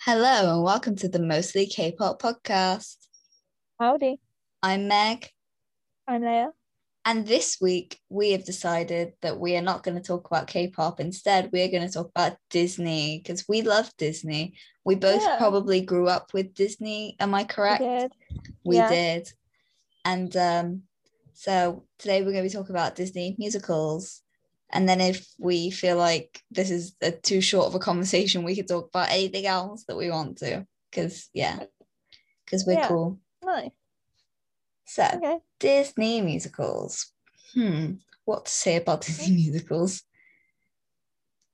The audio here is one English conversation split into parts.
Hello and welcome to the Mostly K-pop podcast. Howdy, I'm Meg, I'm Leia. and this week we have decided that we are not going to talk about K-pop. Instead, we are going to talk about Disney because we love Disney. We both Yeah. probably grew up with Disney. Am I We correct? did. We Yeah. did. And um, so today we're going to be talking about Disney musicals. And then if we feel like this is a too short of a conversation, we could talk about anything else that we want to. Because, yeah, because we're Yeah. cool. Nice. So, Okay. Disney musicals. Hmm. What to say about Disney musicals?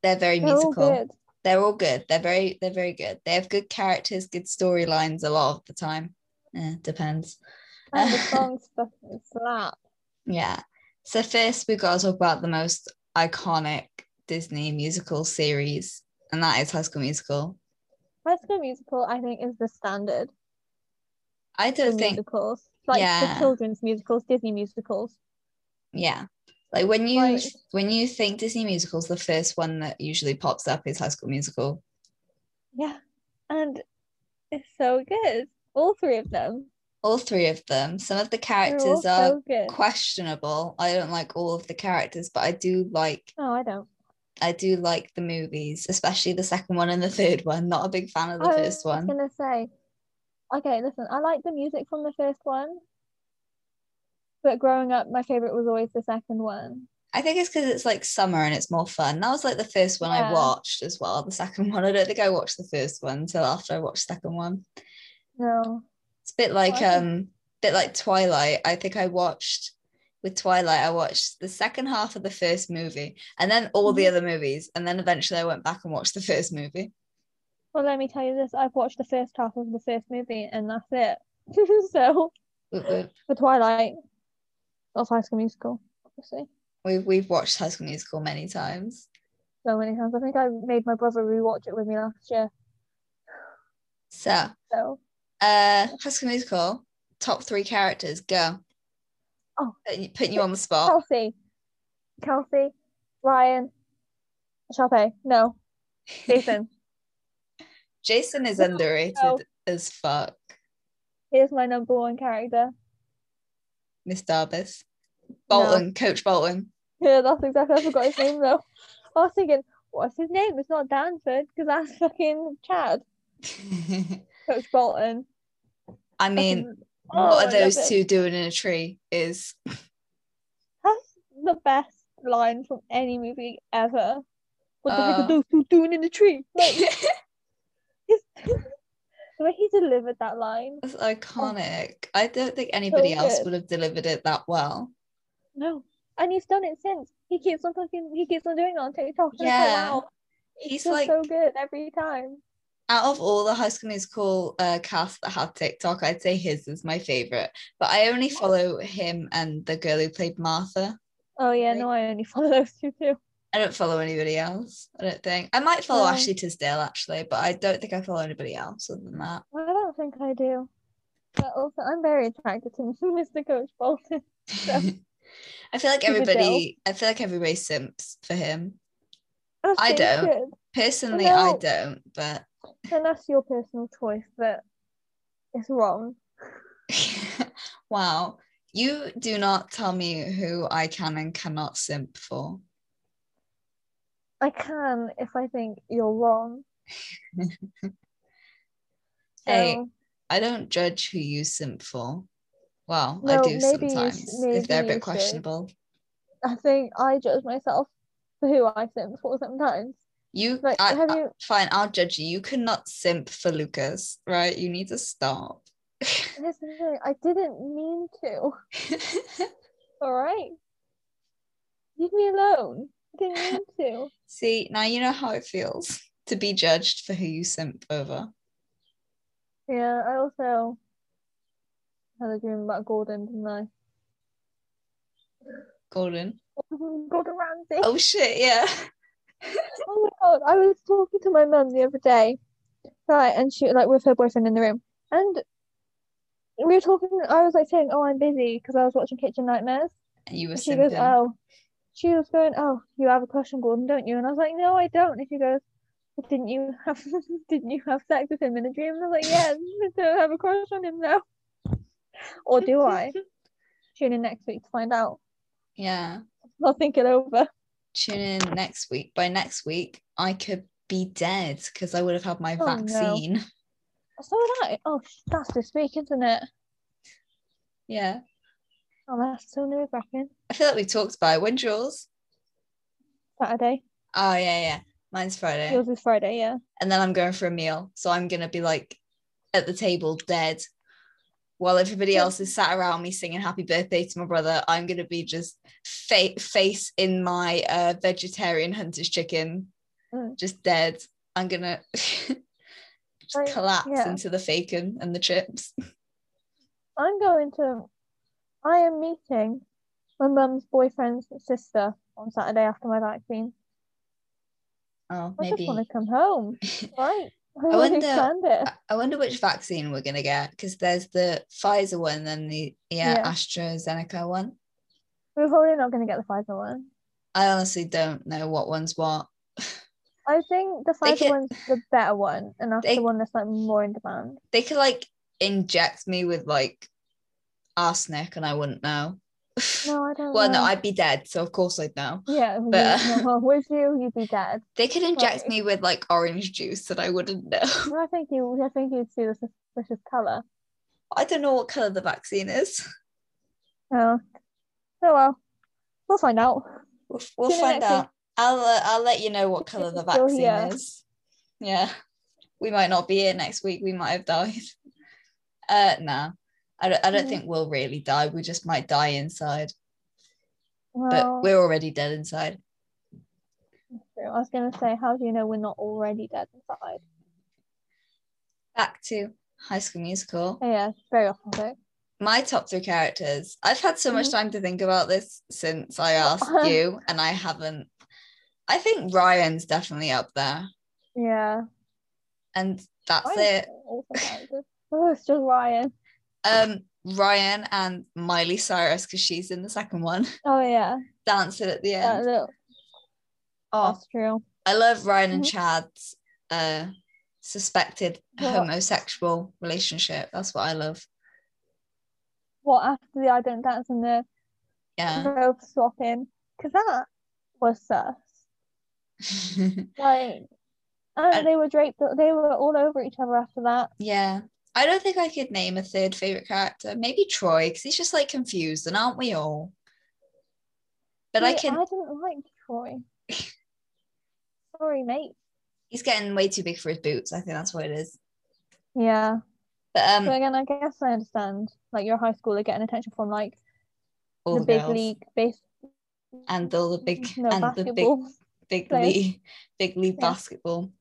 They're very They're all musical. good. They're all good. They're very, they're very good. They have good characters, good storylines a lot of the time. Eh, depends. And the songs fucking slap. Yeah. So first we've got to talk about the most iconic Disney musical series, and that is High School Musical. High School Musical, I think, is the standard I for don't think, musicals, like yeah. the children's musicals, Disney musicals. yeah. Like when you Like- when you think Disney musicals, the first one that usually pops up is High School Musical. Yeah, and it's so good. All three of them. All three of them. Some of the They're all characters are so good. questionable. I don't like all of the characters, but I do like No, Oh, I don't. I do like the movies, especially the second one and the third one. Not a big fan of the Oh, I first one. was gonna say, okay, listen, I like the music from the first one, but growing up, my favorite was always the second one. I think it's because it's like summer and it's more fun. That was like the first one I Yeah. watched as well. The second one, I don't think I watched the first one until after I watched the second one. No, It's a Oh, bit like Why? um, bit like Twilight. I think I watched with Twilight. I watched the second half of the first movie and then all the Mhm. other movies, and then eventually I went back and watched the first movie. Well, let me tell you this. I've watched the first half of the first movie and that's it. so, We- we- for Twilight of High School Musical, obviously. We've we've watched High School Musical many times. So many times. I think I made my brother rewatch it with me last year. So, uh, So, High School Musical top three characters go. Oh. Putting you- putting you on the spot. Kelsey, Kelsey, Ryan, Sharpay. No, Jason. Jason is No, underrated no. as fuck, Here's my number one character. Miss Darbus. Bolton, Coach Bolton. Yeah, that's exactly. I forgot his name though. I was thinking, what's his name? It's not Danford because that's fucking Chad, Coach Bolton. I mean, Fucking- what are Oh, I love those it. two doing in a tree? Is That's the best line from any movie ever. What the heck Uh. are those two doing in the tree? Like, his- the way he delivered that line. That's iconic. I don't think anybody else good. would have delivered it that well. No. And he's done it since. He keeps on fucking, he keeps on doing it on TikTok. and it's like, Yeah. wow, He's just like so good every time. out of all the High School Musical uh, cast that had TikTok, I'd say his is my favorite. But I only follow him and the girl who played Martha. Oh yeah, no, I only follow those two too. I don't follow anybody else. I don't think I might follow No. Ashley Tisdale actually, but I don't think I follow anybody else other than that. I don't think I do. But also, I'm very attracted to Mr. Coach Bolton. Yeah. I feel like He's a doll. everybody. I feel like everybody simps for him. That's I so don't. Personally, I No. don't. But good. And that's your personal choice, but it's wrong. wow, you do not tell me who I can and cannot simp for. I can if I think you're wrong. Hey, So, I don't judge who you simp for. Well, I No, do maybe you sh- sometimes if they're a maybe you bit should. questionable. I think I judge myself for who I simp for sometimes. You, Like, I, have you fine, I'll judge you. You cannot simp for Lucas, right? You need to stop. here's the thing, I didn't mean to. All right, leave me alone. I didn't mean to. See, now you know how it feels to be judged for who you simp over. Yeah, I also had a dream about Gordon, didn't I? Gordon. Gordon Ramsay. Oh shit, yeah. Oh my god, I was talking to my mum the other day, right, and she like with her boyfriend in the room, and we were talking. I was like saying, "Oh, I'm busy" because I was watching Kitchen Nightmares. And you were And she goes, simping. "Oh," she was going, "Oh, you have a crush on Gordon, don't you?" And I was like, "No, I don't." And she goes, didn't you have didn't you have sex with him in a dream? And I was like, yeah, I don't have a crush on him now. Or do I? Tune in next week to find out. Yeah. I'll think it over. Tune in next week. By next week, I could be dead because I would have had my Oh, no. vaccine. So that oh sh- that's this week, isn't it? Yeah. Oh that's so nerve wracking. I feel like we talked about it. When's yours? Saturday. Oh, yeah, yeah. Mine's Friday. Yours is Friday, yeah. And then I'm going for a meal. So I'm going to be like at the table dead while everybody Yeah. else is sat around me singing happy birthday to my brother. I'm going to be just fa- face in my uh, vegetarian hunter's chicken, Mm. just dead. I'm going to just Like, collapse yeah. into the bacon and the chips. I'm going to I am meeting my mum's boyfriend's sister on Saturday after my vaccine. Oh, I maybe. just want to come home. right. I, I already wonder- planned it. I- I wonder which vaccine we're gonna get because there's the Pfizer one and the yeah, Yeah. AstraZeneca one. We're probably not going to get the Pfizer one. I honestly don't know what one's what. I think the They Pfizer could- one's the better one, and that's They- the one that's like more in demand. They could like inject me with like arsenic and I wouldn't know. No, I don't. well, know. no, I'd be dead, so of course I'd know. Yeah, but- you, no, well, with you, you'd be dead. They could inject Right. me with like orange juice and I wouldn't know. No, I think you. I think you'd see the suspicious color. I don't know what color the vaccine is. Oh, oh well, we'll find out. We'll, we'll See you find next week. out. I'll uh, I'll let you know what color the It's still vaccine here. is. Yeah, we might not be here next week. We might have died. Uh, nah, I don't, I don't Mm. think we'll really die. We just might die inside, but Well, we're already dead inside. I was gonna say, how do you know we're not already dead inside? Back to High School Musical. Oh, yeah, very off topic. My top three characters. I've had so much Mhm. time to think about this since I asked you, and I haven't. I think Ryan's definitely up there, Yeah, and that's Ryan's it. also dead. Oh, it's just Ryan. um Ryan and Miley Cyrus because she's in the second one Oh yeah, dancing at the that end. little Oh, that's true. I love Ryan and Mhm. Chad's uh suspected What? homosexual relationship. That's what I love. What after the I don't dance and the Yeah. rope swapping? Because that was sus. Like, and And- they were draped. They were all over each other after that. yeah. I don't think I could name a third favorite character. Maybe Troy because he's just like confused, and aren't we all? But I See, can. I didn't like Troy. Sorry, mate. He's getting way too big for his boots. I think that's what it is. Yeah. But um, So again, I guess I understand. Like you're a high schooler getting attention from like all the, the big girls league base. and all the big no, and the big basketball. big players. league big league Yeah. basketball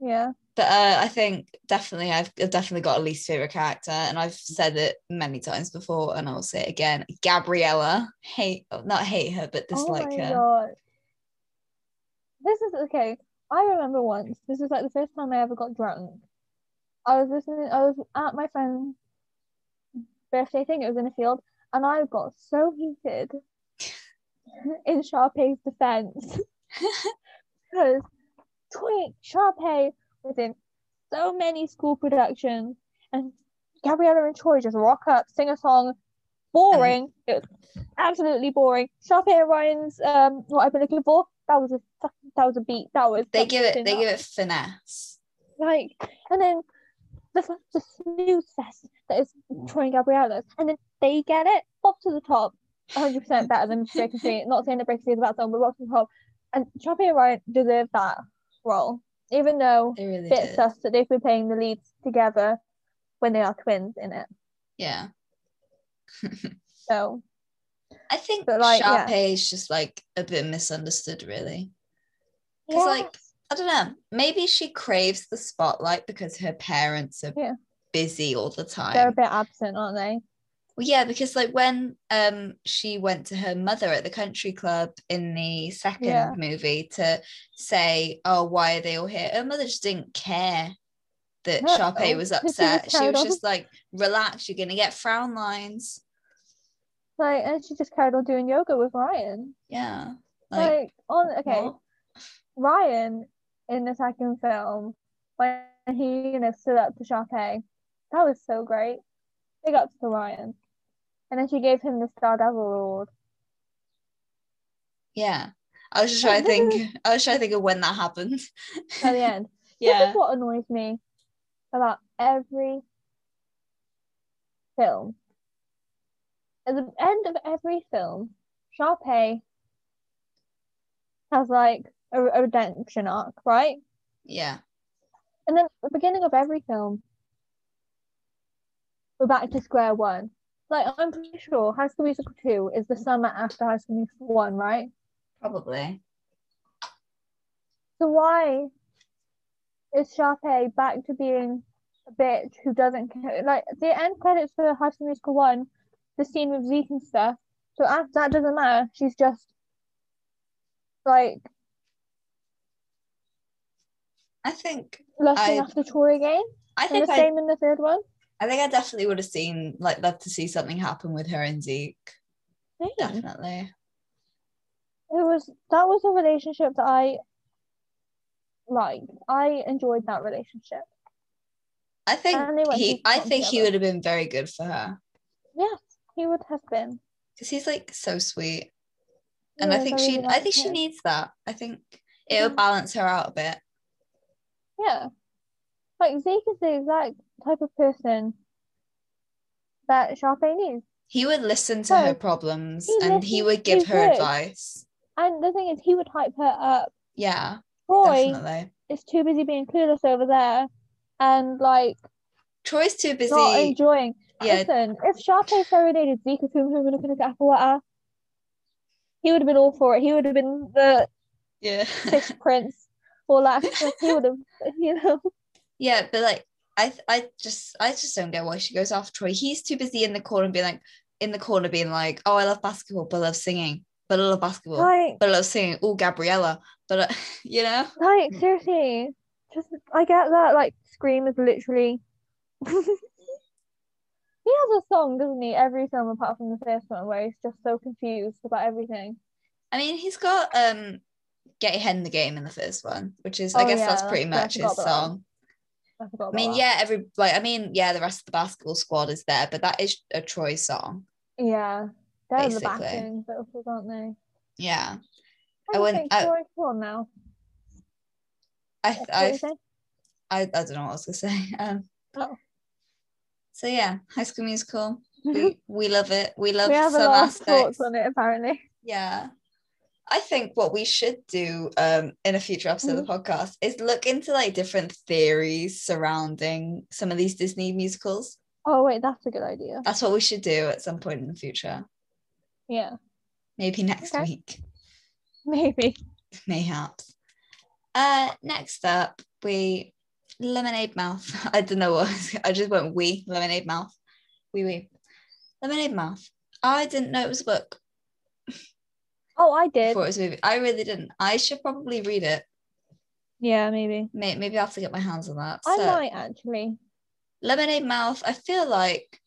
Yeah. but uh, i think definitely I've, I've definitely got a least favorite character and i've said it many times before and i'll say it again gabriella hate oh, not hate her but dislike oh my her god. This is okay. I remember once. This was like the first time I ever got drunk. I was listening. I was at my friend's birthday thing. It was in a field, and I got so heated in Sharpay's defense because Twink Sharpay was in so many school productions, and Gabriella and Troy just rock up, sing a song. Boring. It was absolutely boring. Sharpay and Ryan's um, what I've been looking for. That was a fucking- that was a beat. That was they give it they something give it finesse like and then the f- the snooze fest that is Troy and Gabriella's, and then they get it up to the top, hundred percent better than Breaking Free. Not saying that Breaking Free is about song, but up to the top, and Choppy and Ryan deserve that role, even though they really it's did us that they've been playing the leads together when they are twins in it. yeah So i think But, like, like, Sharpay yeah. is just like a bit misunderstood really 'Cause, like, i don't know maybe she craves the spotlight because her parents are Yeah. busy all the time they're a bit absent, aren't they? Well, yeah, because like when um she went to her mother at the country club in the second Yeah. movie to say, "Oh, why are they all here?" Her mother just didn't care that No, Sharpay was she just upset. She carried was on. just like, "Relax, you're gonna get frown lines." Like, and she just carried on doing yoga with Ryan. Yeah, Like, like on okay, what? Ryan in the second film when he, you know, stood up to Sharpay. That was so great. Big up to Ryan. And then she gave him the Star Devil Award. Yeah. I was just trying to think. I was trying to think of when that happened. at the end. This yeah. is what annoys me about every film. At the end of every film, Sharpay has like a, a redemption arc, right? Yeah. And then at the beginning of every film, we're back to square one. Like I'm pretty sure High School Musical two is the summer after High School Musical one, right? Probably. So why is Sharpay back to being a bitch who doesn't care? Like the end credits for High School Musical one, the scene with Zeke and stuff. So after that doesn't matter. She's just like I think. lusting I- after Troy again. I And think. the I, same in the third one. I think I definitely would have seen like loved to see something happen with her and Zeke. Same. It Definitely. was that was a relationship that I liked. I enjoyed that relationship. I think And they went he. to I prom think he together. would have been very good for her Yes, he would have been. because he's like so sweet, and I Yes, think really she. I liked think she him. needs that. I think it'll Mhm. balance her out a bit. Yeah. Like Zeke is the exact type of person that Sharpay needs. He would listen to No, her problems, he and he listens- would give he her would. advice. And the thing is, he would hype her up. Yeah, Roy definitely. is too busy being clueless over there and like Troy's too busy. not enjoying. yeah, Listen, if Sharpay serenaded Zeke with whom we were looking at water, he would have been all for it. He would have been the yeah. fish prince or like he would have, you know. Yeah, but like I th- I just I just don't get why she goes after Troy. He's too busy in the corner being like in the corner being like, oh I love basketball, but I love singing, but I love basketball, Like, but I love singing. Oh Gabriella, but I, you know Like mm. seriously, just I get that. Like Scream is literally. he has a song, doesn't he? Every film apart from the first one, where he's just so confused about everything. I mean he's got um Get Your Head in the Game in the first one, which is I Oh, guess yeah, that's pretty that's- I much forgot his about that. song. I forgot. I mean about yeah every like I mean yeah the rest of the basketball squad is there, but that is a Troy song. that. yeah, they're the basically. backing vocals, aren't they? Yeah, I, I would wouldn't- think I- Troy Sivan now. I That's what I you think? I, I don't know what I was gonna say. Um, Oh. So yeah, High School Musical. we, we love it. We love we have a some lot of aspects. thoughts on it apparently. Yeah. I think what we should do um, in a future episode of the Mm-hmm. podcast is look into like different theories surrounding some of these Disney musicals. Oh wait, that's a good idea. That's what we should do at some point in the future. Yeah, Maybe next Okay. week, maybe. mayhaps. Uh, next up, we Lemonade Mouth. I don't know what I just went. We Lemonade Mouth. We we Lemonade Mouth. I didn't know it was a book. Oh, I did. before it was a movie. I really didn't. I should probably read it. Yeah, maybe. May- Maybe I have to get my hands on that. I So, might actually. Lemonade Mouth. I feel like.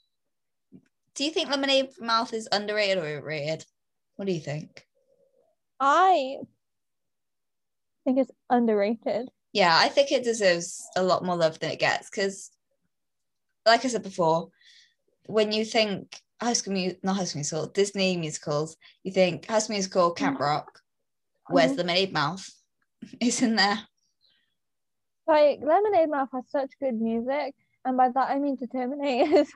Do you think Lemonade Mouth is underrated or overrated? What do you think? I think it's underrated. Yeah, I think it deserves a lot more love than it gets because, like I said before, when you think High School Mu- not High School Musical, Disney musicals, you think High School Musical, Camp Mm-hmm. Rock. Where's Mhm. Lemonade Mouth? It's in there. Like Lemonade Mouth has such good music, and by that I mean Determinators.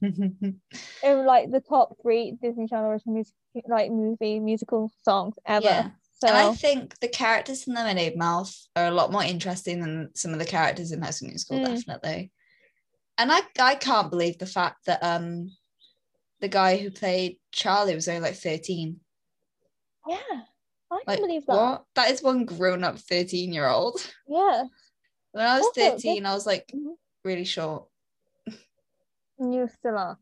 They're like the top three Disney Channel original music, like movie musical songs ever. Yeah. So And I think the characters in Lemonade Mouth are a lot more interesting than some of the characters in High School Musical, Mm. definitely. And I, I can't believe the fact that um the guy who played Charlie was only like 13. yeah, I can Like, believe that. What? That is one grown up 13 year old. Yeah, When I was Also, this- 13, I was like Mhm. really short. and you still are.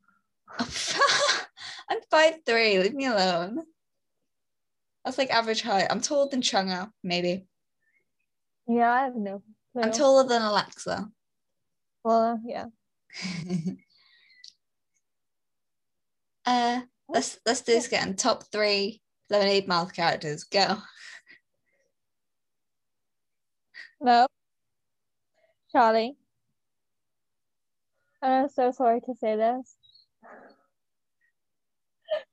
I'm 5'3, leave me alone. That's like average height. I'm taller than Chunga, maybe. Yeah, I have no. clue. I'm taller than Alexa. Well, yeah. uh let's let's do this again. Top three lemonade mouth characters. Go. No. Charlie. And I'm so sorry to say this.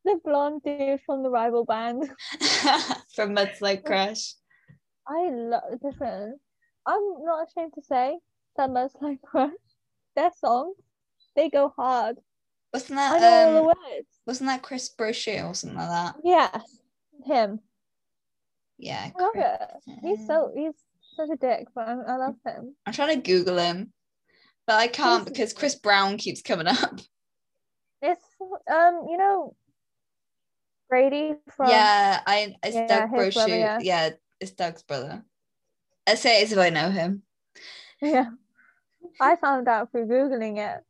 The blonde dude from the rival band. From Mudslide Crash. I love this one. I'm not ashamed to say that Mudslide Crush, their songs, they go hard. Wasn't I know that all the um, words. wasn't that Chris Brochet or something like that? Yes, him. Yeah. I love Chris- it. He's so Mm. he's such a dick, but I, I love him. I'm trying to Google him, but I can't He's- because Chris Brown keeps coming up. It's um, you know, Brady from yeah, I it's Yeah, Doug his brother, Brochet. yeah. yeah. it's Doug's brother. I say it as if I know him. yeah. I found out through googling it.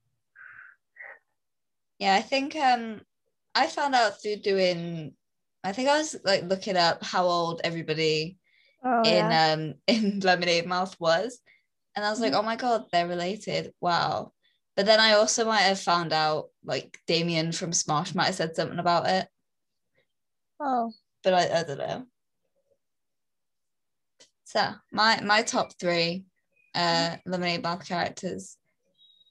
Yeah, I think um I found out through doing I think I was like looking up how old everybody Oh in yeah. Mm-hmm. um in Lemonade Mouth was. And I was like, oh my god, they're related. Wow. But then I also might have found out like Damien from Smosh might have said something about it. Oh, But I, I don't know. So my my top three uh Mm-hmm. Lemonade Mouth characters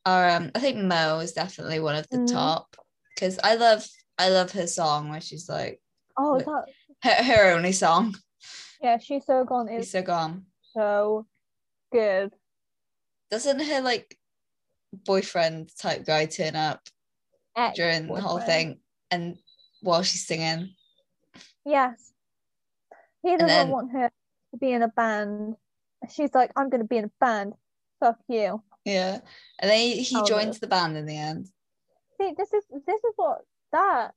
are um I think Mo is definitely one of the Mhm. top because I love I love her song where she's like oh, Look. her, that her only song. yeah. She's so gone He's is so gone. so good. Doesn't her like boyfriend type guy turn up Ex- during the whole boyfriend. thing and while she's singing? Yes. He doesn't then- want her to be in a band. She's like, I'm gonna be in a band. Fuck you. Yeah. And then he, he Oh, joins the band in the end. See, this is this is what that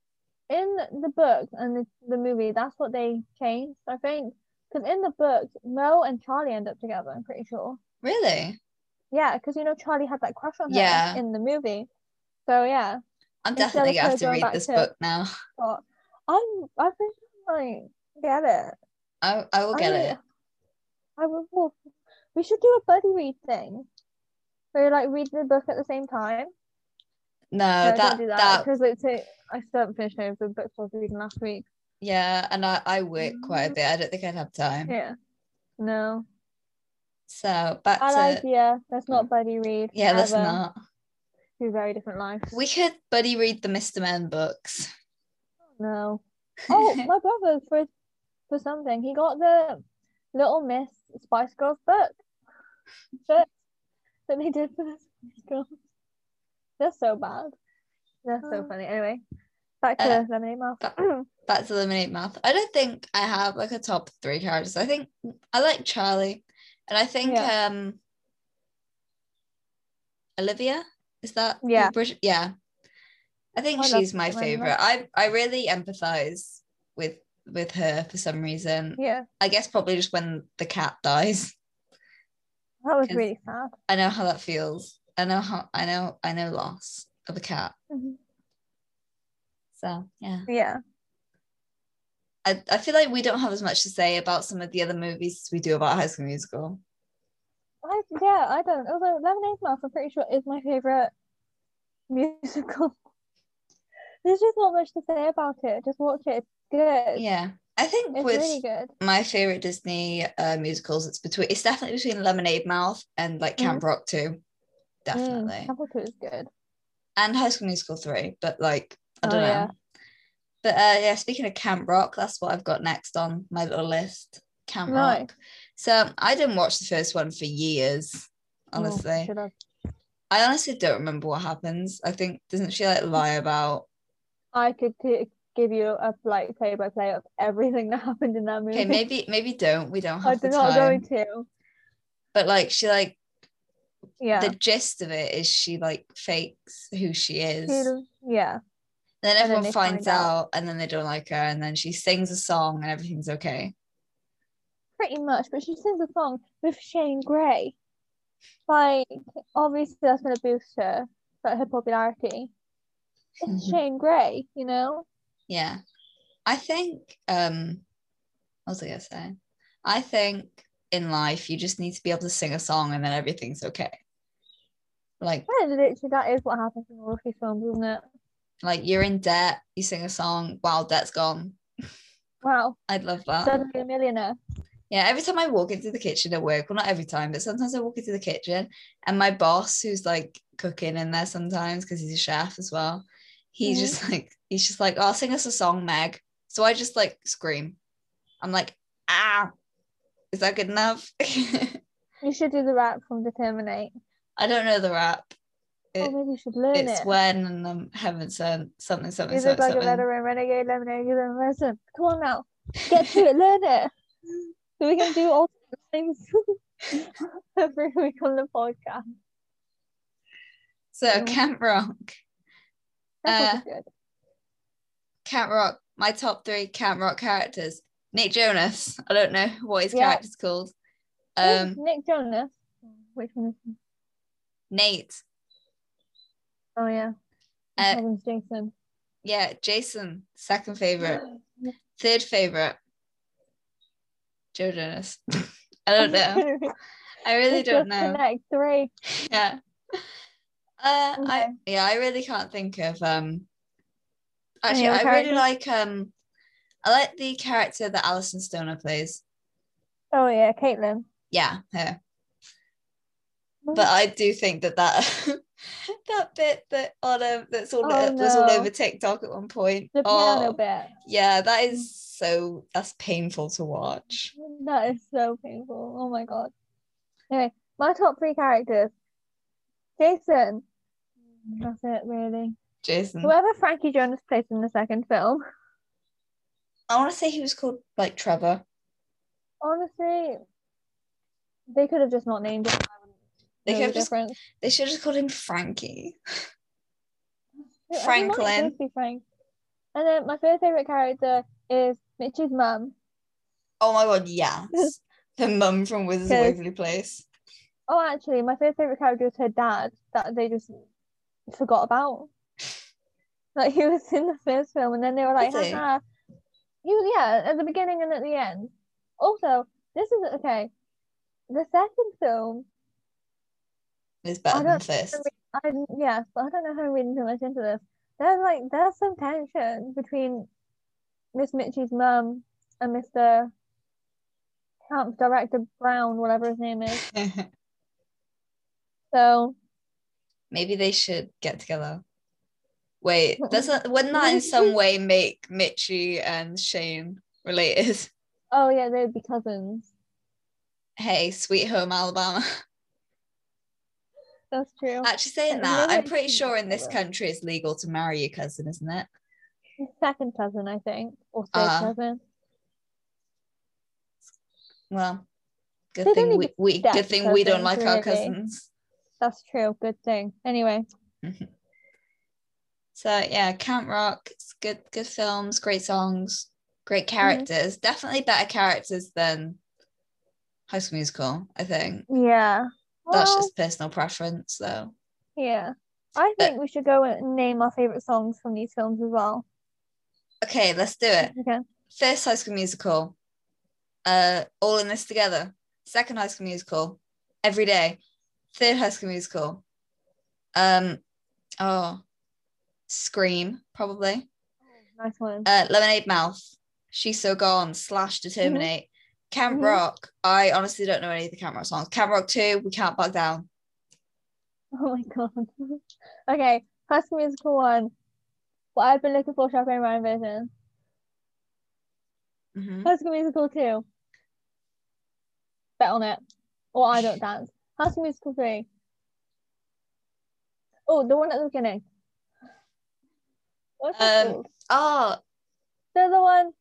in the books and the, the movie. That's what they changed, I think. Because in the books, Mo and Charlie end up together. I'm pretty sure. Really? Yeah, because you know Charlie had that crush on her Yeah. in the movie. So yeah, I'm Instead definitely of gonna her have to going read back this to- book now. but I'm I think I might get it. I, I will get I, it. I will. well, We should do a buddy read thing. Where you like read the book at the same time. No, No, Oh, that, don't do that that because it's a, I still haven't finished any of the books I was reading last week. yeah, and I, I work quite a bit. I don't think I'd have time. Mm-hmm. Yeah. No. So back Bad to idea. Let's not buddy read. yeah, that's ever. not. Two very different lives. We could buddy read the Mr. Men books. no. Oh, my brother for for something he got the Little Miss Spice Girls book that that they did for the Spice Girls. They're so bad. They're so Oh. funny. Anyway, back to Uh, lemonade mouth. back- back to lemonade mouth i don't think i have like a top three characters i think i like charlie and i think Yeah. um olivia is that who Yeah. Brit- yeah i think I love she's my Olivia. favorite i i really empathize with with her for some reason yeah, i guess probably just when the cat dies that was 'Cause- really sad. i know how that feels i know how i know i know loss of a cat Mhm. so yeah Yeah, I, I feel like we don't have as much to say about some of the other movies as we do about high school musical I yeah I don't. Although lemonade mouth, I'm pretty sure is my favorite musical. There's just not much to say about it. Just watch it. It's good. yeah i think It's with really good. my favorite disney uh, musicals it's between it's definitely between lemonade mouth and like camp Mm-hmm. rock 2 definitely Mm, Apple Two is good. and high school musical 3 but like i Oh, don't know yeah. but uh yeah speaking of camp rock that's what i've got next on my little list camp Right. rock so i didn't watch the first one for years Oh, honestly should have. i honestly don't remember what happens i think doesn't she like lie about I could t- give you a like play by play of everything that happened in that movie. okay maybe maybe don't we don't I e- have the did not time going to. but like she like Yeah. the gist of it is she like fakes who she is. and She- yeah. then then everyone they finds find out, out. and then they don't like her and then she sings a song and everything's okay. Pretty much, but she sings a song with Shane Gray. Like, obviously, that's going to boost her, like her popularity. It's Mhm. Shane Gray, you know? Yeah. I think um what was I gonna say? I think in life you just need to be able to sing a song and then everything's okay. Like Yeah, literally, that is what happens in all of these films, isn't it? like you're in debt, you sing a song, wow, debt's gone. Wow. I'd love that. Suddenly a millionaire. Yeah, every time I walk into the kitchen at work, well, not every time, but sometimes I walk into the kitchen and my boss, who's like cooking in there sometimes because he's a chef as well, he's Mhm. just like, he's just like, oh, sing us a song, Meg. So I just like scream. I'm like, ah, is that good enough? I You should do the rap from the Terminate. don't know the rap. oh, It- maybe you should learn It's it. when um, heaven sent something, something, You look something, like a something. veteran renegade lemonade. You're the resident. Come on now, get to it, learn it. So we can do all things every week on the podcast. So Yeah. Camp Rock, Uh, That's also good. Camp Rock, my top three Camp Rock characters. Nick Jonas. I don't know what his Yeah. Oh, character's called. Who's Um, Nick Jonas. Which one is? he? Nate. Oh yeah, Uh, Robin's Jason. yeah, Jason, second favorite. Third favorite, Joe Jonas. I don't know. I really It's don't just know. Connect three. Yeah. Uh, I Okay. yeah, I really can't think of um. Actually, Any I other really like um, I like the character that Alison Stoner plays. Oh yeah, Caitlin. Yeah, her. but I do think that that that bit that on um, that's all Oh, that was all no. over TikTok at one point. the oh, piano bit. yeah, that is so that's painful to watch. That is so painful. Oh my god. Anyway, my top three characters. Jason. That's it, really. Jason, Whoever Frankie Jonas plays in the second film, I want to say he was called like Trevor. honestly, they could have just not named it. They No could have just- difference. They should have just called him Frankie. I don't mind Franklin. Jesse Frank. And then my third favorite character is Mitch's mum. Oh my god, yes, the mum from Wizards of Yes. Waverly Place. Oh, actually, my third favorite character was her dad that they just forgot about. Like he was in the first film, and then they were like, Was he? "Haha." He was yeah at the beginning and at the end. Also, this is okay. The second film, Is better I than don't first. I didn't- yeah, but I don't know how I'm reading too much into this. There's like there's some tension between Miss Mitchie's mum and Mister Camp Director Brown, whatever his name is. So Maybe they should get together. Wait, doesn't wouldn't that in some way make Mitchie and Shane related? oh yeah, they would be cousins. hey, sweet home Alabama. That's true. Actually, saying Yeah, that, maybe I'm Oh, I pretty should sure in this do that. country it's legal to marry your cousin, isn't it? Second cousin, I think, or third Ah, cousin. Well, good They don't thing need we, we step good thing we don't cousins, like our really. cousins. That's true. Good thing. Anyway, So yeah, Camp Rock, it's good good films, great songs, great Mm-hmm. characters. Definitely better characters than High School Musical, I think. yeah. That's Well, just Eh. personal preference though. yeah. I but- think we should go and name our favorite songs from these films as well. Okay, let's do it. Okay. First High School Musical, uh, All in This Together. Second High School Musical, Every Day. Third High School Musical, um, oh, Scream probably. Nice one. Uh, Lemonade Mouth, She's So Gone slash Determinate. Camp Mhm. Rock. I honestly don't know any of the Camp Rock songs. Camp Rock Two, We Can't Back Down. Oh my god. okay. Classic musical one. What I've been looking for, Chaperone Ryan version. Mhm. Classic musical two. Bet on it. Or I don't dance. Classic musical three. Oh, the one at the beginning. What's that Um, called? Oh, They're the one,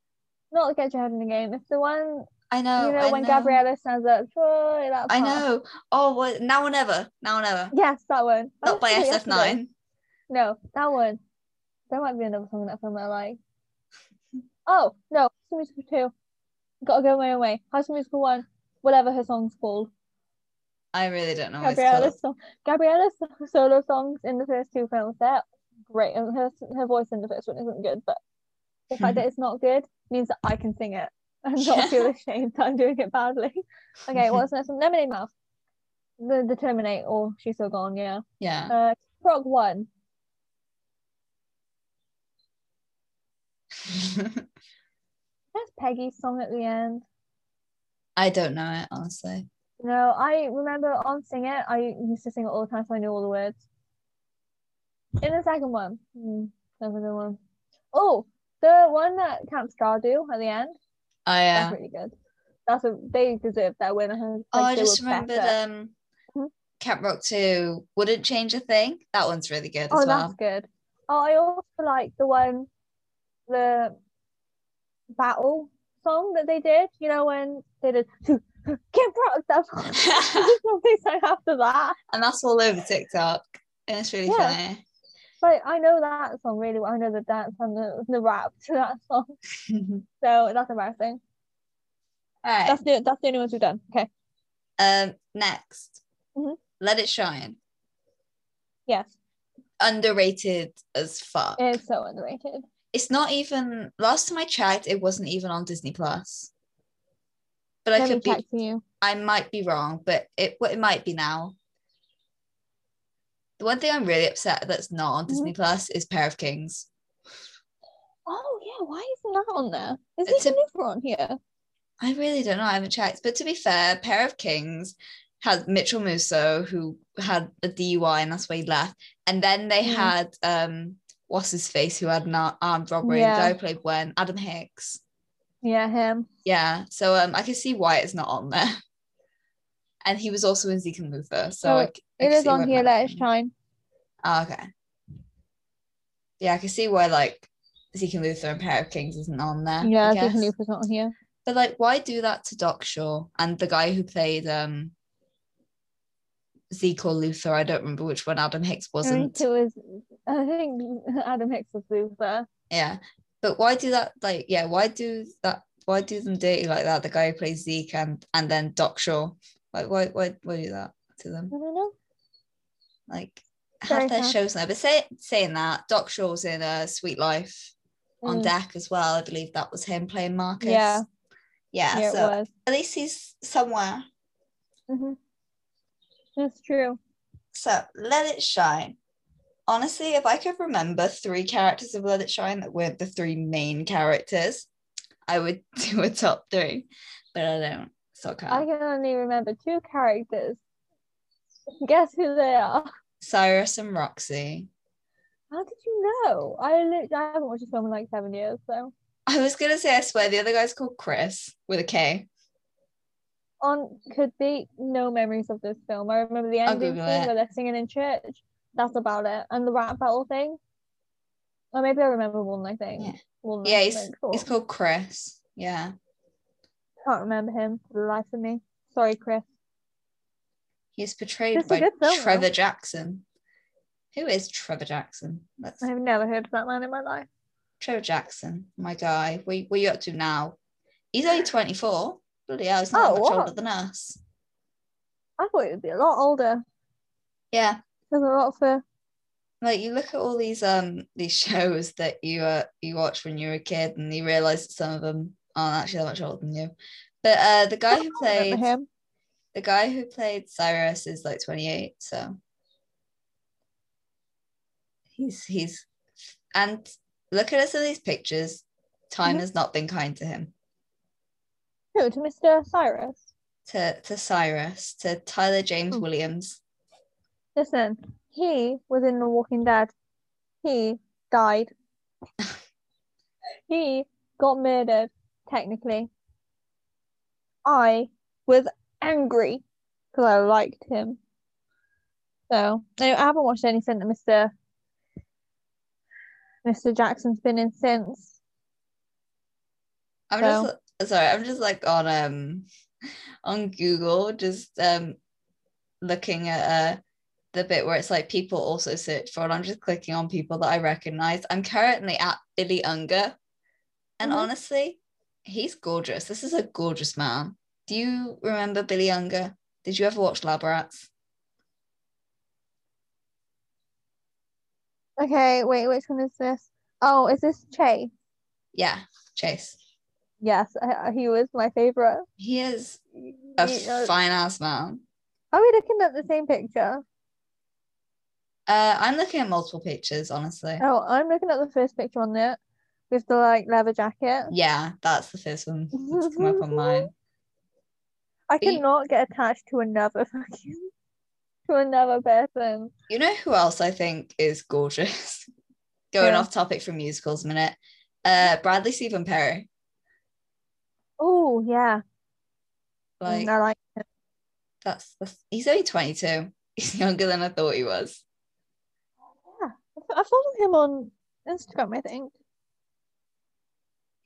not get your head in the game. It's the one I know. you know Oh, I when know. Gabriella stands up. Troy, that I part. know. Oh, what? Now or never. Now or never. Yes, that one. I Not by listened to it Oh, yesterday. SF9. No, that one. There might be another song in that film I like. Oh no, High Musical two. Gotta go my own way. High School Musical one. Whatever her song's called. I really don't know what it's called. Gabriella's song. Gabriella's solo songs in the first two films. They're great, and her her voice in the first one isn't good. But the fact that it's not good means that I can sing it and not feel ashamed that I'm doing it badly. Okay, what's next one? Lemonade Mouth. The, the Terminate, or She's So Gone, yeah. Yeah. Uh, Frog 1. That's Peggy's song at the end. I don't know it honestly. No, I remember on Sing It, I used to sing it all the time, so I knew all the words. In the second one, mm, that was a good one. Oh, the one that Camp Scar do at the end, Oh yeah. that's really good. That's a they deserve that win. I think oh, I they just were remembered better. um Hmm? Camp Rock 2 wouldn't change a thing. That one's really good Oh, as that's well. good. Oh, I also like the one, the battle song that they did. You know when they did Camp Rock. That's what they sang after that. and that's all over TikTok. And it's really Yeah. funny. Like I know that song really well. I know the dance and the, the rap to that song. So that's embarrassing. all right. Mm-hmm. That's the that's the only ones we've done. Okay. Um, next, Mhm. Let It Shine. Yes. Underrated as fuck. It's so underrated. It's not even. Last time I checked, it wasn't even on Disney Plus. But I Let me could be. check for you. I might be wrong, but it well, it might be now. The one thing I'm really upset that's not Mm-hmm. on Disney Plus is Pair of Kings. Oh yeah, why isn't that on there? Is It's this a- over on here? I really don't know. I haven't checked. But to be fair, Pair of Kings had Mitchell Musso, who had a DUI and that's why he left. And then they Mm. had um what's his face who had an ar- armed robbery. The Yeah. guy who played when Adam Hicks. Yeah, him. Yeah. So um I can see why it's not on there. And he was also in Zeke and Luther. So Oh, I c- I It can is see on why might here. not Let be. it shine. Oh, okay. Yeah, I can see why like Zeke and Luther and Pair of Kings isn't on there. I Yeah, I think guess. Luke was not on here. But like, why do that to Doc Shaw and the guy who played um Zeke or Luther? I don't remember which one Adam Hicks I think wasn't. Mm, it was. I think Adam Hicks was uh, Luther. Yeah. But why do that like yeah, why do that why do them dirty like that? The guy who plays Zeke and and then Doc Shaw. Like why why why do that to them? I don't know. Like Very have their sad. shows now. But say, saying that, Doc Shaw's in uh, Sweet Life on Mm. deck as well. I believe that was him playing Marcus. Yeah. Yeah. Yeah, it so was. at least he's somewhere. hmm That's true. So, Let It Shine. Honestly, if I could remember three characters of Let It Shine that weren't the three main characters, I would do a top three, but I don't. So I can't. I can only remember two characters. Guess who they are? Cyrus and Roxy. How did you know? I lit- I haven't watched a film in like seven years, so I was gonna say, I swear, the other guy's called Chris with a K. on could be no memories of this film. I remember the I'll ending Google scene it. where they're singing in church. That's about it. And the rap battle thing. Or maybe I remember one. I think. Yeah. One, Yeah, I he's, think, or- he's called Chris. Yeah. can't remember him for the life of me. Sorry, Chris. He's portrayed That's a by good film, though. Trevor Jackson. Who is Trevor Jackson? That's I've never heard of that man in my life. Trevor Jackson, my guy. What, what are you up to now? He's only 24. Bloody hell, he's not Oh, that much wow. older than us. I thought he would be a lot older. Yeah. There's a lot for Like you look at all these um these shows that you uh you watch when you were a kid and you realise that some of them aren't actually that much older than you. But uh the guy who I remember played him. the guy who played Cyrus is like 28, so he's he's and looking at some of these pictures, time Mhm. has not been kind to him. Who to Mr. Cyrus? To to Cyrus, to Tyler James Hmm. Williams. Listen, he was in The Walking Dead. He died. he got murdered, technically. I was angry because I liked him. So no, I haven't watched anything that Mr. Mr. Jackson's been in since. I'm So- just sorry, I'm just like on um on Google, just um looking at uh the bit where it's like people also search for and I'm just clicking on people that I recognize. I'm currently at Billy Unger and Mhm. honestly, he's gorgeous. This is a gorgeous man. Do you remember Billy Unger? Did you ever watch Lab Rats? Okay, wait, which one is this? Oh, is this Che? Yeah, Chase. Yes, I, I- he was my favorite. He is a He- uh, fine ass man. Are we looking at the same picture? Uh, I'm looking at multiple pictures, honestly. Oh, I'm looking at the first picture on there with the like leather jacket. Yeah, that's the first one that's come up on mine. I But you- cannot get attached to another fucking to another person. You know who else I think is gorgeous? Going Who? off topic from musicals a minute. Uh, Bradley Stephen Perry. Oh yeah, Like Mm, I like. that's, that's he's only 22. He's younger than I thought he was. I followed him on Instagram. I think.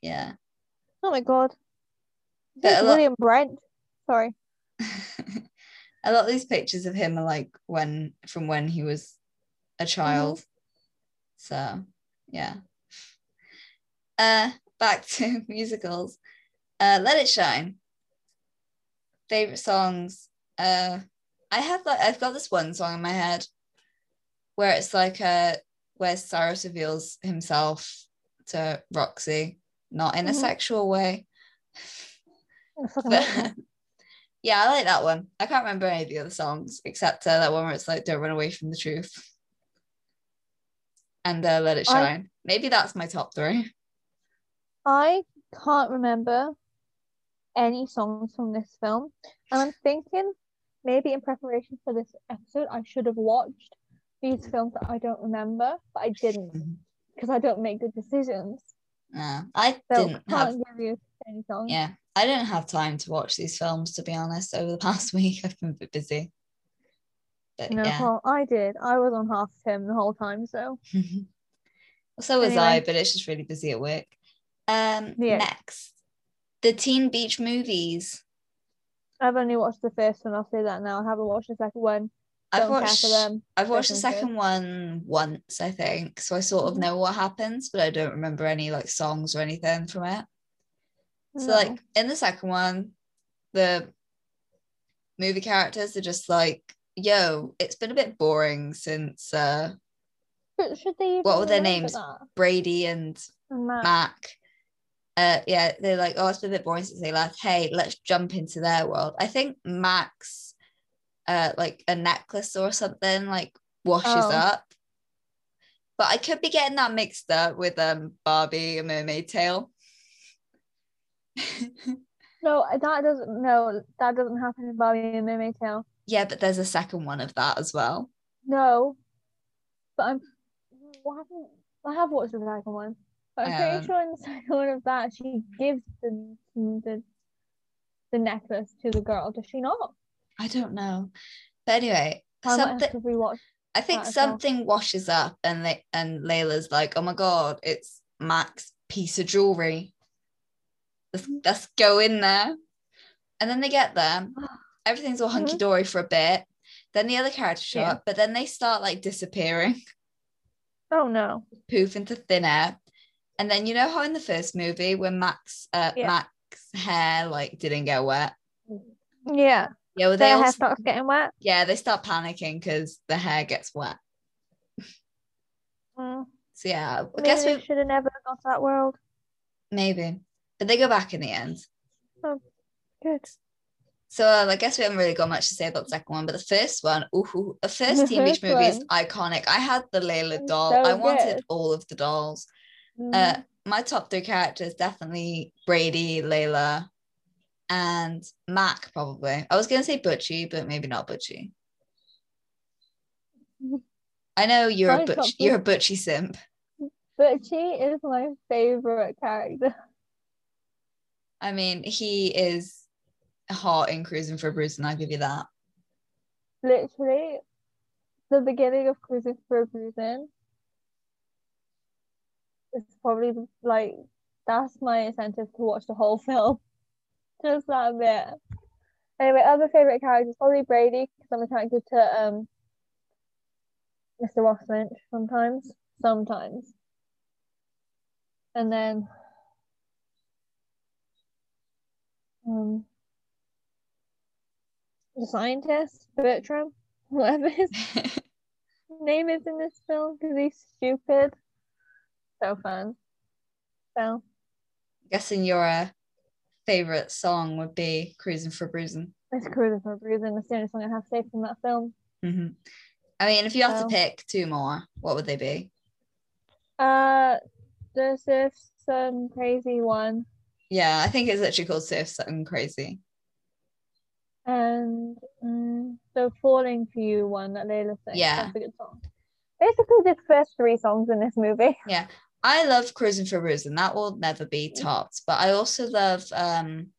Yeah. Oh my god. But This a lot- William Brent. Sorry. a lot of these pictures of him are like when from when he was a child. So yeah. Uh back to musicals. Uh Let It Shine. Favorite songs. Uh I have like I've got this one song in my head where it's like uh where Cyrus reveals himself to Roxy, not in a Mhm. sexual way. I fucking But- like that. yeah, I like that one. I can't remember any of the other songs except uh, that one where it's like "Don't Run Away from the Truth" and uh, "Let It I- Shine." Maybe that's my top three. I can't remember any songs from this film, and I'm thinking maybe in preparation for this episode, I should have watched these films that I don't remember, but I Mm. didn't because I don't make good decisions. Nah, I So didn't I have. can't give you any songs. Yeah, I didn't have time to watch these films to be honest. Over the past week, I've been a bit busy. But No, yeah, well, I did. I was on half term the whole time, so so was I. Anyway. But it's just really busy at work. Um, Yeah. next, the Teen Beach movies. I've only watched the first one. I'll say that now. I haven't watched the second one. I've don't care watched for them. I've watched the Definitely. second one once, I think. So I sort of Mhm. know what happens, but I don't remember any like songs or anything from it. So No. like in the second one, the movie characters are just like, yo, it's been a bit boring since uh Should- should they even what were their remember names? that? Brady and Matt. Mac. Uh yeah, they're like, oh, it's been a bit boring since they left. Hey, let's jump into their world. I think Max uh like a necklace or something like washes Oh. up. But I could be getting that mixed up with um Barbie a mermaid tail. No, that doesn't. No, that doesn't happen in Barbie and Mermaid Tale. yeah, but there's a second one of that as well. No, but I'm. Well, I haven't. I have watched the second one, but I'm Um, pretty sure in the second one of that she gives the the the necklace to the girl. Does she not? I don't know. But anyway, I might something have to rewatch. I think that as well. something washes up and they and Layla's like, oh my god, it's Mac's piece of jewelry. Let's, Mm-hmm. let's go in there. And then they get there. Everything's all hunky dory for a bit. Then the other characters show Mm-hmm. Yeah. up, but then they start like disappearing, Oh no! poof into thin air. And then you know how in the first movie when Max uh, Yeah. Mac's hair like didn't get wet. Yeah, Yeah, well, they their all, hair starts getting wet. yeah they start panicking because the hair gets wet. Mm. So yeah, I Maybe guess they we should have never gone to that world. Maybe. But they go back in the end. Good. So uh, I guess we haven't really got much to say about the second one, but the first one, ooh, the first The Teen Beach first movie is one. iconic. I had the Layla It's doll. so I wanted good. all of the dolls. Mm. Uh, my top three characters definitely Brady, Layla, and Mac. Probably I was gonna say Butchie, but maybe not Butchie. I know you're Mine's a not butch. You're a Butchie simp. But she is my favorite character. I mean, he is hot in Cruising for a Bruise, and I'll give you that. literally the beginning of cruising for a bruising is probably like that's my incentive to watch the whole film just that bit anyway other favorite characters probably brady because i'm attracted to um mr ross lynch sometimes sometimes and then um the scientist bertram whatever his name is in this film because he's stupid. So fun. So guessing your uh, favorite song would be Cruising for Bruising. it's Cruising for a Bruising. That's the only song I have saved from that film. hmm I mean, if you have to Well. pick two more, what would they be? Uh, there's this some crazy one. Yeah, I think it's literally called Surf Something Crazy. and mm, the Falling for You one that Layla sang. Yeah. That's a good song. Basically, the first three songs in this movie. I love Cruising for Booze, and that will never be topped. But I also love um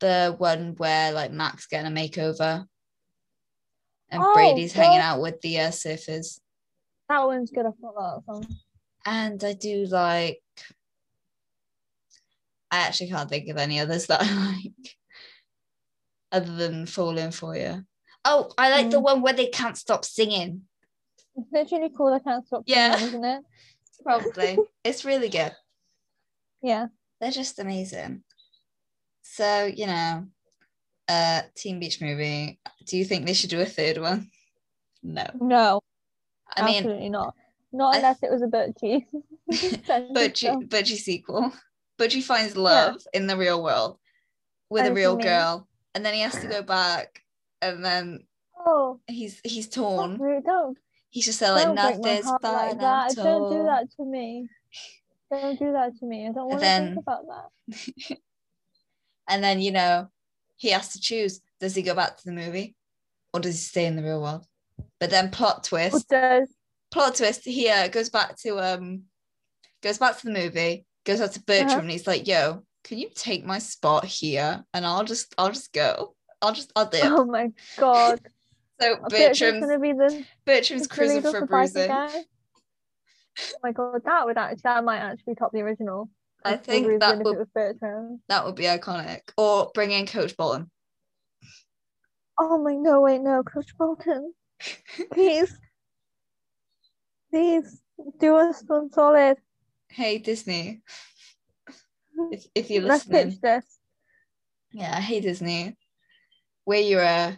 the one where like Mac's getting a makeover and Oh, Brady's hanging God. out with the uh, surfers. That one's good. I forgot that song. And I do like I actually can't think of any others that I like other than Falling for You. Oh, I like the Mm. one where they can't stop singing. It's literally called I Can't Stop Yeah. Singing, isn't it? Probably. it's really good. Yeah. they're just amazing. So, you know, uh Teen Beach Movie, do you think they should do a third one? No. No, I mean, absolutely not. Not I- unless it was a Butchie. Budgie, Budgie sequel. Budgie finds love in the real world with I a know what real you mean. girl, and then he has to go back, and then Oh, he's he's don't, torn. break- don't, He's just there like Oh, don't break my nothing's heart bad. like Oh, and I'm that. Don't do torn." that to me. Don't do that to me. I don't want to then- think about that. And then you know, he has to choose: does he go back to the movie, or does he stay in the real world? But then plot twist: Or Oh, does plot twist he uh, goes back to um goes back to the movie goes out to bertram Uh-huh. and he's like yo can you take my spot here and i'll just i'll just go i'll just i'll do it Oh my god. so Bertram's bertram's gonna be the, bertram's the lead cruising of for the biker bruising gang. Oh my god, that would actually that might actually top the original. I If it think was that in- if would- it was Bertram. that would be iconic or bring in coach bolton Oh my no wait no, Coach Bolton. Please. Please do us one solid. hey disney if, if you're Let's listening pitch this. yeah hey disney we're your uh,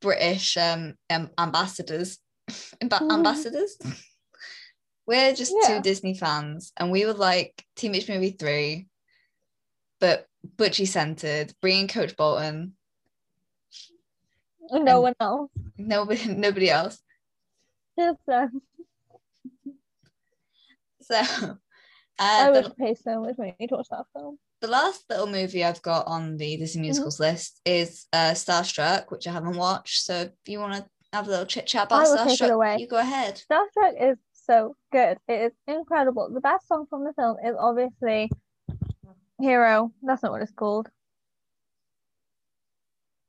british um, um ambassadors Amba- ambassadors we're just Mm-hmm. Yeah. two disney fans and we would like Teen Beach movie 3 but butchie centered bringing coach bolton No And- one else. nobody nobody else Just uh, them. so I uh, the, would pay so much money to watch that film. the last little movie i've got on the Mm-hmm. disney musicals list is uh starstruck which i haven't watched so if you want to have a little chit chat I about will take it away. starstruck you go ahead Star Trek is so good. It is incredible. The best song from the film is obviously Hero. That's not what it's called.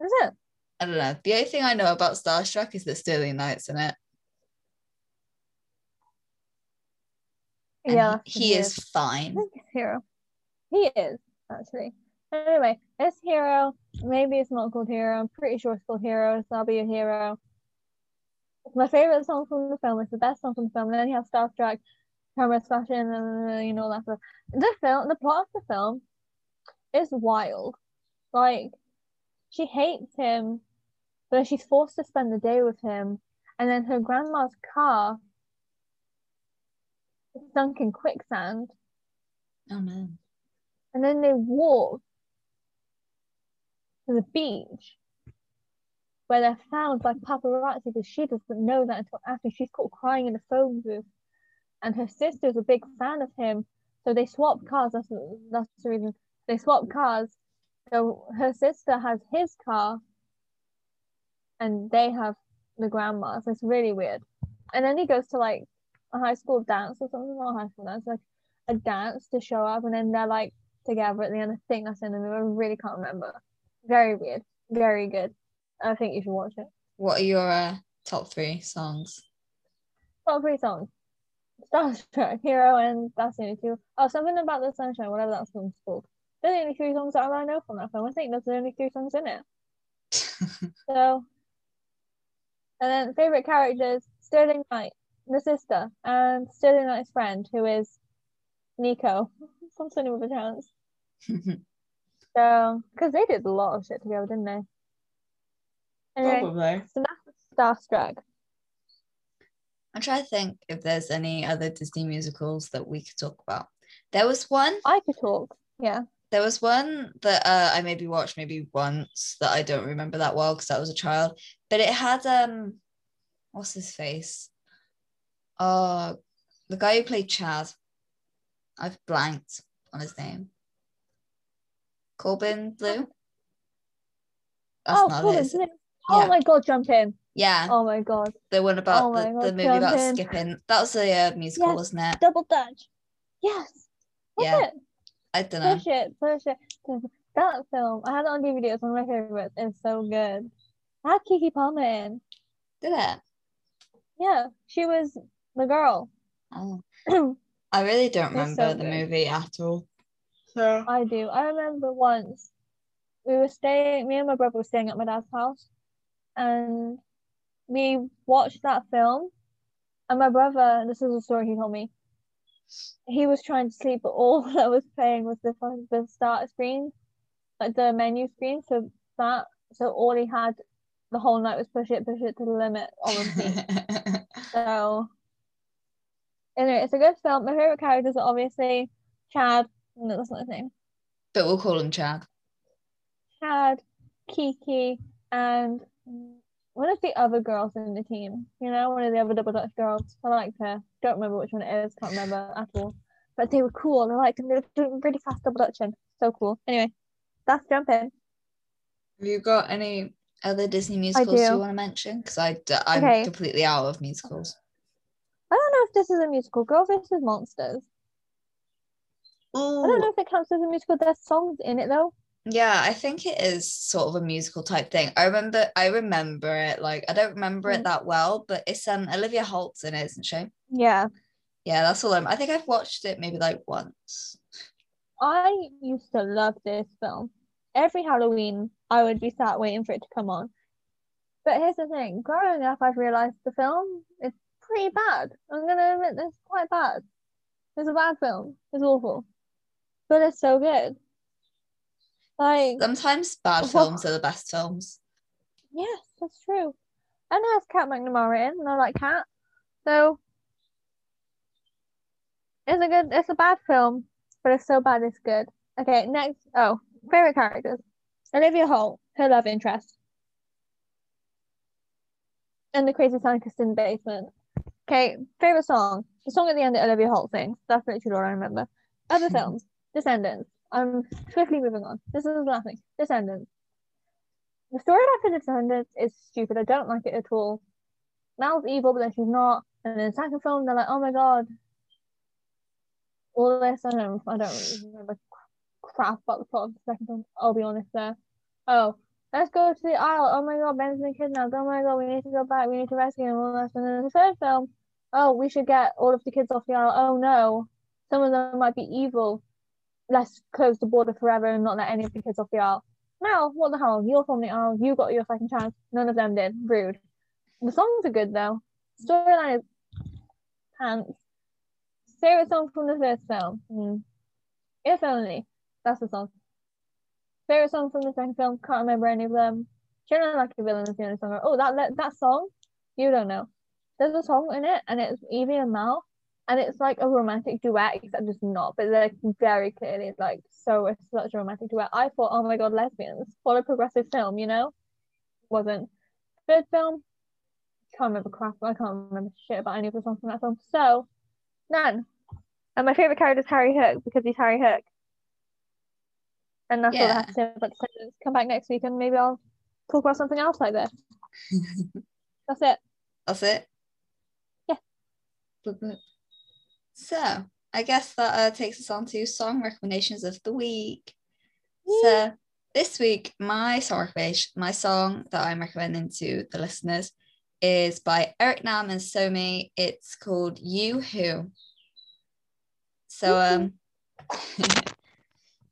Is it? I don't know. The only thing I know about Starstruck is that Sterling Knight's in it. And yeah. he, he is fine. I think it's Hero. He is, actually. Anyway, it's Hero. Maybe it's not called Hero. I'm pretty sure it's called Hero. So I'll be a hero. My favorite song from the film is the best song from the film. And then you have Star Trek, camera smashing, and you know all that stuff. The film, the plot of the film, is wild. Like, she hates him, but she's forced to spend the day with him. And then her grandma's car is sunk in quicksand Oh no. and then they walk to the beach where they're found by paparazzi because she doesn't know that until after she's caught crying in the phone booth and her sister's a big fan of him so they swap cars that's, that's the reason they swap cars so her sister has his car and they have the grandma's it's really weird and then he goes to like a high school dance or something or a high school dance like a dance to show up and then they're like together at the end. I think that's in the movie. I really can't remember. Very weird. Very good. I think you should watch it. What are your uh, top three songs? Top three songs. Star Trek, Hero, and that's the only two. Oh, something about the sunshine, whatever that song's called. They're the only three songs that I know from that film. I think that's the only three songs in it. So, and then favorite characters: Sterling Knight, the sister, and Sterling Knight's friend, who is Nico from Sunny with a Chance. So, because they did a lot of shit together, didn't they? Anyway, so that's Starstruck. I'm trying to think if there's any other Disney musicals that we could talk about. There was one. I could talk. Yeah. There was one that uh, I maybe watched maybe once that I don't remember that well because I was a child. But it had um, what's his face? Uh the guy who played Chaz. I've blanked on his name. Corbin Blue. That's oh, not cool, it. is it? isn't it? Oh yeah. my god, jump in. Yeah, Oh my god. the one about oh my the, God, the movie about Jonathan. skipping. That was the uh, musical, Yes. wasn't it? Double dutch. Yes. Was Yeah, it? I don't know. Push it, push it. That film, I had it on DVD. It's one of my favorites. It's so good. I had Kiki Palmer in. Did it? Yeah, she was the girl. Oh, I really don't They're so remember the good. movie at all. So I do. I remember once we were staying, me and my brother were staying at my dad's house, and we watched that film. And my brother, this is a story he told me, he was trying to sleep, but all that was playing was the fucking- the start screen, like the menu screen. So that, so all he had the whole night was push it, push it to the limit on repeat. So, anyway, it's a good film. My favorite characters are obviously Chad. No, that's not his name. but we'll call him Chad. Chad, Kiki, and mm, one of the other girls in the team. You know, one of the other double dutch girls. I liked her. Don't remember which one it is. Can't remember at all. But they were cool. I liked them. They were doing really fast double dutching. So cool. Anyway, that's jumping. Have you got any other Disney musicals do. you want to mention? Because I d- I'm Okay. completely out of musicals. I don't know if this is a musical. Girl versus Monsters. I don't know Oh if it counts as a musical. There's songs in it though. yeah, I think it is sort of a musical type thing. I remember I remember it like I don't remember it Mm. that well, but it's um Olivia Holt's in it, isn't she? Yeah. Yeah, that's all I'm. I think I've watched it maybe like once. I used to love this film. Every Halloween, I would be sat waiting for it to come on. But here's the thing, growing up, I've realized the film is pretty bad. I'm gonna admit this, quite bad. It's a bad film. It's awful, but it's so good. Like, Sometimes bad What? films are the best films. yes, that's true. And it has Cat McNamara in, and I like Cat, so it's a good. It's a bad film, but it's so bad it's good. Okay, next. Oh, favorite characters: Olivia Holt, her love interest, and the crazy scientist in the basement. Okay, favorite song: the song at the end that Olivia Holt sings. That's literally all I remember. Other films: Descendants. I'm swiftly moving on. This is laughing. Descendants. The story after Descendants is stupid. I don't like it at all. Mal's evil, but then she's not. And then second film, they're like, oh my god, all this. I don't. I don't remember crap about the plot of the second film. I'll be honest there. Oh, let's go to the aisle. Oh my god, Ben's been kidnapped. Oh my god, we need to go back. We need to rescue him. All this. And then the third film. Oh, we should get all of the kids off the aisle. Oh no, some of them might be evil. Let's close the border forever and not let any of the kids off the aisle. Mal, what the hell? You're from the aisle. You got your second chance. None of them did. Rude. The songs are good though. Storyline is pants. Favorite song from the first film? Hmm. If Only. That's the song. Favorite song from the second film? Can't remember any of them. Generally Like a Villain is the only song. Oh, that, that that song? You don't know. There's a song in it, and it's Evie and Mal, and it's like a romantic duet, except it's not. But they're very clearly like so it's such a romantic duet. I thought, oh my god, lesbians. What a progressive film, you know? Wasn't. Third film, can't remember crap. I can't remember shit about any of the songs from that film. So, none. And my favorite character is Harry Hook because he's Harry Hook. And that's all I Yeah. have to say about the sentence. Come back next week and maybe I'll talk about something else like this. that's it. That's it. Yeah. Boop, boop. So I guess that uh, takes us on to song recommendations of the week. So this week, my song recommendation, my song that I'm recommending to the listeners is by Eric Nam and Somi. It's called You Who. So um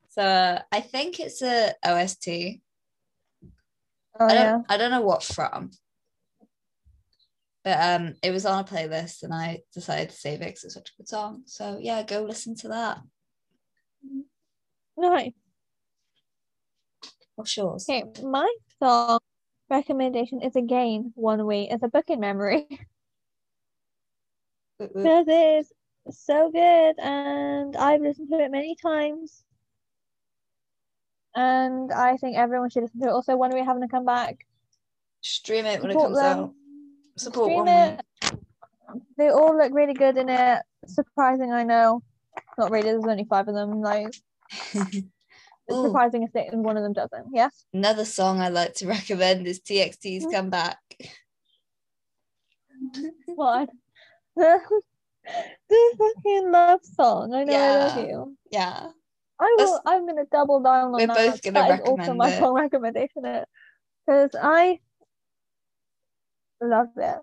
so uh, I think it's a OST Oh, I don't yeah. I don't know what from. But um it was on a playlist and I decided to save it because it's such a good song. So yeah, go listen to that. Nice. What's yours? Okay, my song recommendation is again one way. It's a book in memory. Woo, woo. Because it's so good and I've listened to it many times. And I think everyone should listen to it. Also, when are we having to come back? Stream it when it Support comes them. out. Support Stream one it. week. They all look really good in it. Surprising, I know. Not really, there's only five of them. Like, It's Ooh. surprising if they, one of them doesn't. Yes. Another song I like to recommend is TXT's Mm-hmm. Come Back. Why? the fucking love song. I know I love Yeah. you. Yeah. I That's- will. I'm gonna double down on We're that. both gonna That is also recommend my it. song recommendation. Because I love it.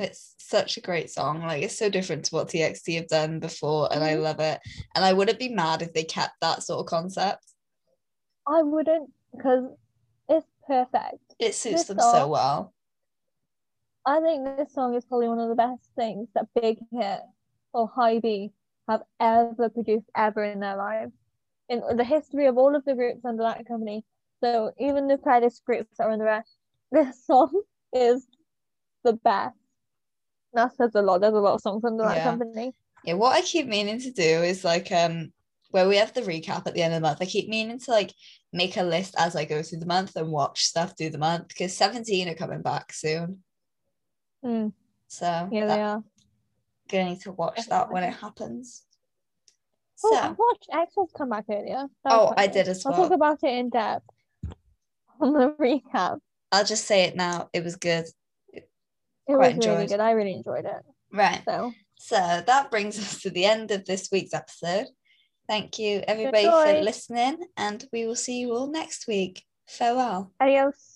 It's such a great song. Like it's so different to what TXT have done before, and I Mhm. love it. And I wouldn't be mad if they kept that sort of concept. I wouldn't because it's perfect. It suits Good them so song. well. I think this song is probably one of the best things that Big Hit or High B have ever produced ever in their lives. In the history of all of the groups under that company, so even the previous groups that are under there, this song is the best. That says a lot. There's a lot of songs under that Yeah. company. Yeah, what I keep meaning to do is like um where we have the recap at the end of the month. I keep meaning to like make a list as I go through the month and watch stuff through the month because 17 are coming back soon. Mm, So yeah, that- they are. gonna need to watch that when it happens. Oh, I So watched Exodus come back earlier. That was oh quite I good. did as I'll talk well. about it in depth on the recap. I'll just say it now. It was good. It Quite was really enjoyed. good. I really enjoyed it. Right. So So that brings us to the end of this week's episode. Thank you everybody for Enjoy. listening and we will see you all next week. Farewell. adios.